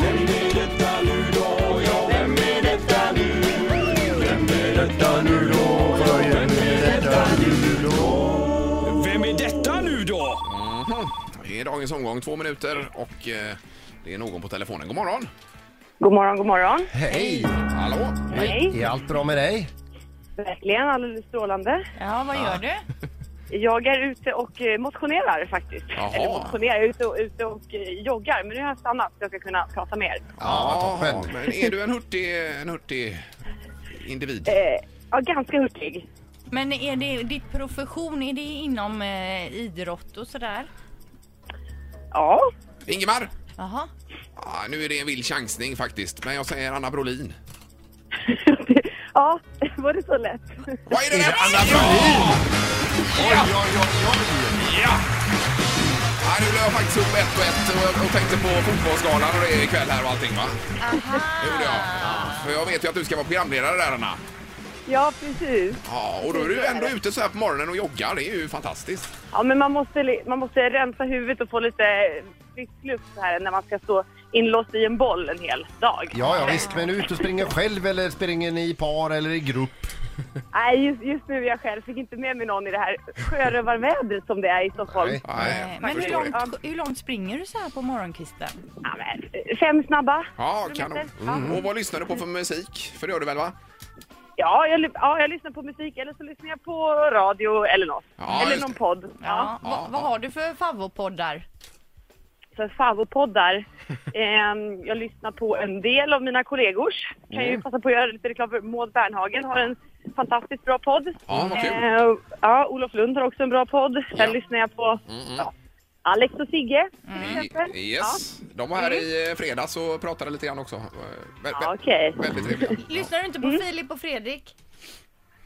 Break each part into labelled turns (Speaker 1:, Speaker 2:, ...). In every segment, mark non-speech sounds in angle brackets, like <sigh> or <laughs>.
Speaker 1: Vem är detta nu då? Ja, vem är detta nu? Vem är detta nu då? Ja, vem är detta nu då? Vem är detta nu då?
Speaker 2: Det är dagens omgång, två minuter och eh, det är någon på telefonen. God morgon!
Speaker 3: God morgon, god morgon.
Speaker 4: Hej!
Speaker 2: Hallå!
Speaker 3: Hej.
Speaker 4: Är allt bra med dig?
Speaker 3: Verkligen alldeles strålande.
Speaker 5: Ja, vad gör du?
Speaker 3: <laughs> Jag är ute och eh, motionerar faktiskt.
Speaker 2: Jaha.
Speaker 3: Eller motionerar, jag är ute och, ute och eh, joggar. Men nu har jag stannat så jag ska kunna prata med er.
Speaker 4: Ja, vad toppen.
Speaker 2: men är du en hurtig, en hurtig individ?
Speaker 3: Eh, ja, ganska hurtig.
Speaker 5: Men är det ditt profession, är det inom eh, idrott och sådär?
Speaker 3: Ja, <laughs>
Speaker 2: Ingemar!
Speaker 5: Jaha.
Speaker 2: Ja, nu är det en vild chansning faktiskt, men jag säger Anna Brolin.
Speaker 3: ja <laughs> var det så lätt? <laughs>
Speaker 2: Vad är det där?
Speaker 4: Anna Brolin!
Speaker 2: Ja! Oj, oj, oj, oj! Ja! Ja, nu la jag faktiskt ihop ett och ett och, och tänkte på fotbollsgalan och det är ikväll här och allting va? Det gjorde jag. För jag vet ju att du ska vara programledare där Anna.
Speaker 3: Ja, precis.
Speaker 2: Ja, och då är du ändå ute så här på morgonen och joggar. Det är ju fantastiskt.
Speaker 3: Ja, men man måste, li- man måste rensa huvudet och få lite frisk luft så här när man ska stå inlåst i en boll en hel dag.
Speaker 4: Ja, ja visst, men ut och springer själv eller springer ni i par eller i grupp?
Speaker 3: Nej, just, just nu är jag själv. Fick inte med mig någon i det här sjörövarvädret som det är i Stockholm.
Speaker 4: Nej.
Speaker 2: Nej, jag
Speaker 5: Eh, Men hur
Speaker 2: förstår det.
Speaker 5: långt, hur långt springer du så här på morgonkvisten?
Speaker 3: Ja, men, eh, fem snabba.
Speaker 2: Ja, kanon.
Speaker 3: kilometer.
Speaker 2: Mm. Och vad lyssnar du på för musik? För det gör du väl va?
Speaker 3: Ja jag, ly- ja, jag lyssnar på musik eller så lyssnar jag på radio eller något.
Speaker 2: Ja,
Speaker 3: eller
Speaker 2: just
Speaker 3: någon
Speaker 2: det.
Speaker 3: podd. Ja.
Speaker 5: Ja.
Speaker 2: Ja,
Speaker 5: vad-
Speaker 2: ja.
Speaker 5: Vad har du för favoritpoddar?
Speaker 3: Så
Speaker 2: <laughs>
Speaker 3: favoritpoddar. Ehm, jag lyssnar på en del av mina kollegors. Kan
Speaker 2: Mm.
Speaker 3: ju passa på att göra lite reklam för Maud Bernhagen har en fantastiskt bra podd.
Speaker 2: Ja, vad kul.
Speaker 3: Ehm, ja, Olof Lund har också en bra podd. Sen
Speaker 2: Ja. Mm,
Speaker 3: lyssnar jag på ja, Alex och Sigge till exempel.
Speaker 2: I- Mm. Yes. De var här i eh, fredags och pratade lite grann också. Eh, vä- vä-
Speaker 3: Ja, okej.
Speaker 2: Väldigt trevliga.
Speaker 5: Lyssnar du inte på Filip och Fredrik?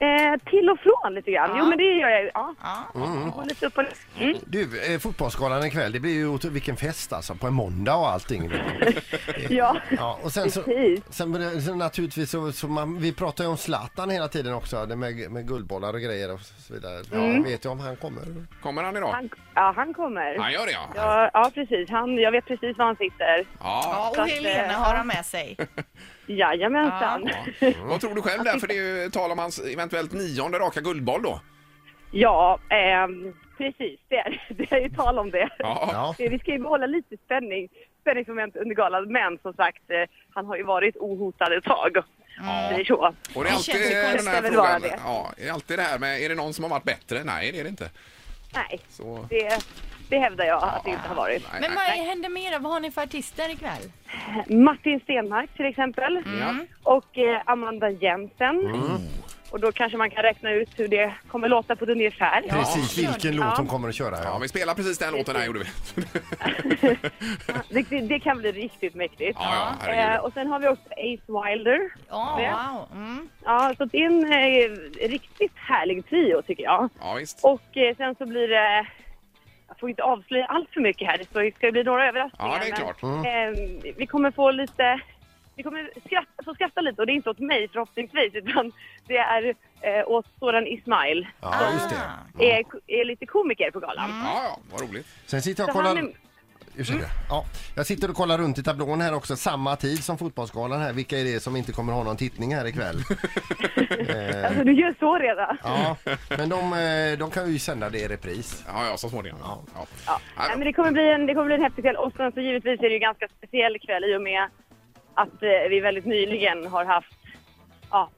Speaker 3: Ehm, till och från lite grann. Jo,
Speaker 5: Ja.
Speaker 3: men det gör jag ju. Ja.
Speaker 5: Ja.
Speaker 3: Och lite upp och ner. Mm.
Speaker 4: Du, eh, fotbollsgalan ikväll, det blir ju ot- vilken fest alltså, på en måndag och allting.
Speaker 3: Ja.
Speaker 4: Ja, och sen så,
Speaker 3: Precis.
Speaker 4: sen, blir det- sen naturligtvis så, så man, vi pratar ju om Zlatan hela tiden också, det med, med guldbollar och grejer och så vidare. Ja,
Speaker 3: Mm.
Speaker 4: Vet du om han kommer?
Speaker 2: Kommer han idag?
Speaker 3: Han, ja, han kommer.
Speaker 2: Han gör det ja.
Speaker 3: Ja, ja precis. Han, jag vet precis var han sitter.
Speaker 2: Ja.
Speaker 5: Ja, och Helena har han
Speaker 2: <laughs>
Speaker 5: med sig.
Speaker 3: Jajamensan. Ja,
Speaker 2: Vad tror du själv där? För det är ju tal om hans eventuellt nionde raka guldboll då.
Speaker 3: ja ehm, precis. Det är, <laughs> det är ju tal om det.
Speaker 2: Ja.
Speaker 4: Ja,
Speaker 3: Vi ska ju behålla lite spänning, spänningsmoment under galan. Men som sagt, eh, han har ju varit ohotad ett tag. Det är så.
Speaker 2: Och det är
Speaker 5: Det
Speaker 2: alltid
Speaker 5: känns ju
Speaker 2: den
Speaker 5: konstigt
Speaker 2: här
Speaker 3: att väl
Speaker 2: frågan.
Speaker 3: vara det.
Speaker 2: Ja, är det alltid det här med, är det någon som har varit bättre? Nej, det är det inte.
Speaker 3: Nej,
Speaker 2: Så,
Speaker 3: det, det hävdar jag att det inte har varit.
Speaker 2: nej,
Speaker 5: Men vad
Speaker 2: nej.
Speaker 5: händer mer då? Vad har ni för artister ikväll?
Speaker 3: Martin Stenmark till exempel.
Speaker 2: Mm. Ja. Mm.
Speaker 3: Och eh, Amanda Jensen. Mm. Och då kanske man kan räkna ut hur det kommer låta på ett ungefär.
Speaker 4: precis vilken
Speaker 3: Ja.
Speaker 4: låt de kommer att köra.
Speaker 2: ja,
Speaker 4: Ja.
Speaker 2: vi spelar precis den låten här gjorde vi. <laughs>
Speaker 3: Det, det, det kan bli riktigt mäktigt.
Speaker 2: Ja, ja,
Speaker 3: Eh,
Speaker 2: herregud.
Speaker 3: och sen har vi också Ace Wilder.
Speaker 5: Ja,
Speaker 3: Ja.
Speaker 5: wow. Mm.
Speaker 3: Ja, så det är en eh, riktigt härlig trio tycker jag.
Speaker 2: Ja, visst.
Speaker 3: Och eh, sen så blir det... Jag får inte avslöja allt för mycket här, så det ska bli några överraskningar.
Speaker 2: Ja, det är
Speaker 3: men,
Speaker 2: klart.
Speaker 4: Mm.
Speaker 3: eh, vi kommer få lite... Vi kommer skratta, få skratta lite, och det är inte åt mig förhoppningsvis, utan det är eh, åt Soran Ismail.
Speaker 4: Ja, just det.
Speaker 3: Är, är lite komiker på galan.
Speaker 2: Ja, ja, vad roligt.
Speaker 4: Sen sitter jag
Speaker 3: Så
Speaker 4: och kollar...
Speaker 3: han är, Mm.
Speaker 4: Ursäkta. Ja, jag sitter och kollar runt i tablån här också, samma tid som fotbollsgalan här. Vilka är det som inte kommer ha någon tittning här ikväll?
Speaker 3: alltså, du gör så redan.
Speaker 4: Ja, men de, eh, de kan ju sända det i repris.
Speaker 2: Ja, ja, så småningom. Ja. Ja.
Speaker 3: Ja.
Speaker 2: Ja,
Speaker 3: Nej, men det kommer bli en, det kommer bli en häftig kväll. Och sen så givetvis är det ju ganska speciell kväll i och med att eh, vi väldigt nyligen har haft ja,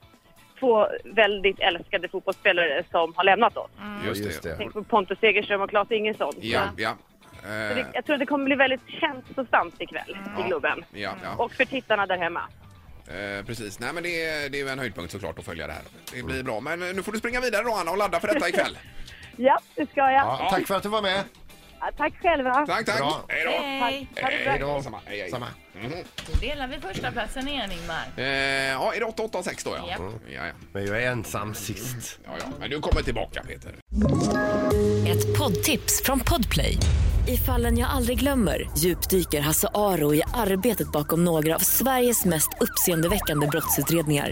Speaker 3: två väldigt älskade fotbollsspelare som har lämnat oss.
Speaker 2: Just,
Speaker 4: Just
Speaker 2: det.
Speaker 4: det.
Speaker 3: Tänk på Pontus Segerström och Claes Ingesson.
Speaker 2: Mm. Ja, ja.
Speaker 3: Så
Speaker 2: Eh,
Speaker 3: det, jag tror att det kommer bli väldigt känslosamt ikväll i Globen.
Speaker 2: ja, ja.
Speaker 3: Och för tittarna där hemma.
Speaker 2: Eh, precis. Nej, men det är, det är ju en höjdpunkt såklart att följa det här. Det
Speaker 4: Mm.
Speaker 2: blir bra. Men eh, nu får du springa vidare då, Anna, och ladda för detta
Speaker 4: <laughs>
Speaker 2: ikväll.
Speaker 3: Ja, det ska jag.
Speaker 4: Ja, tack för att du var med.
Speaker 3: Ja, Tack själva.
Speaker 2: Tack, tack.
Speaker 4: Bra.
Speaker 2: Hej då.
Speaker 5: Hej.
Speaker 2: Hej då. Samma. Hej, hej.
Speaker 4: Samma.
Speaker 5: Då delar vi första platsen igen, Ingmar.
Speaker 2: Eh, ja, är det 886 då, ja. Mm.
Speaker 5: Japp.
Speaker 2: Ja, ja.
Speaker 4: Men jag är ensam sist.
Speaker 2: ja, ja. Men du kommer tillbaka, Peter.
Speaker 6: Ett poddtips från Podplay. I fallen jag aldrig glömmer djupdyker Hasse Aro i arbetet bakom några av Sveriges mest uppseendeväckande brottsutredningar.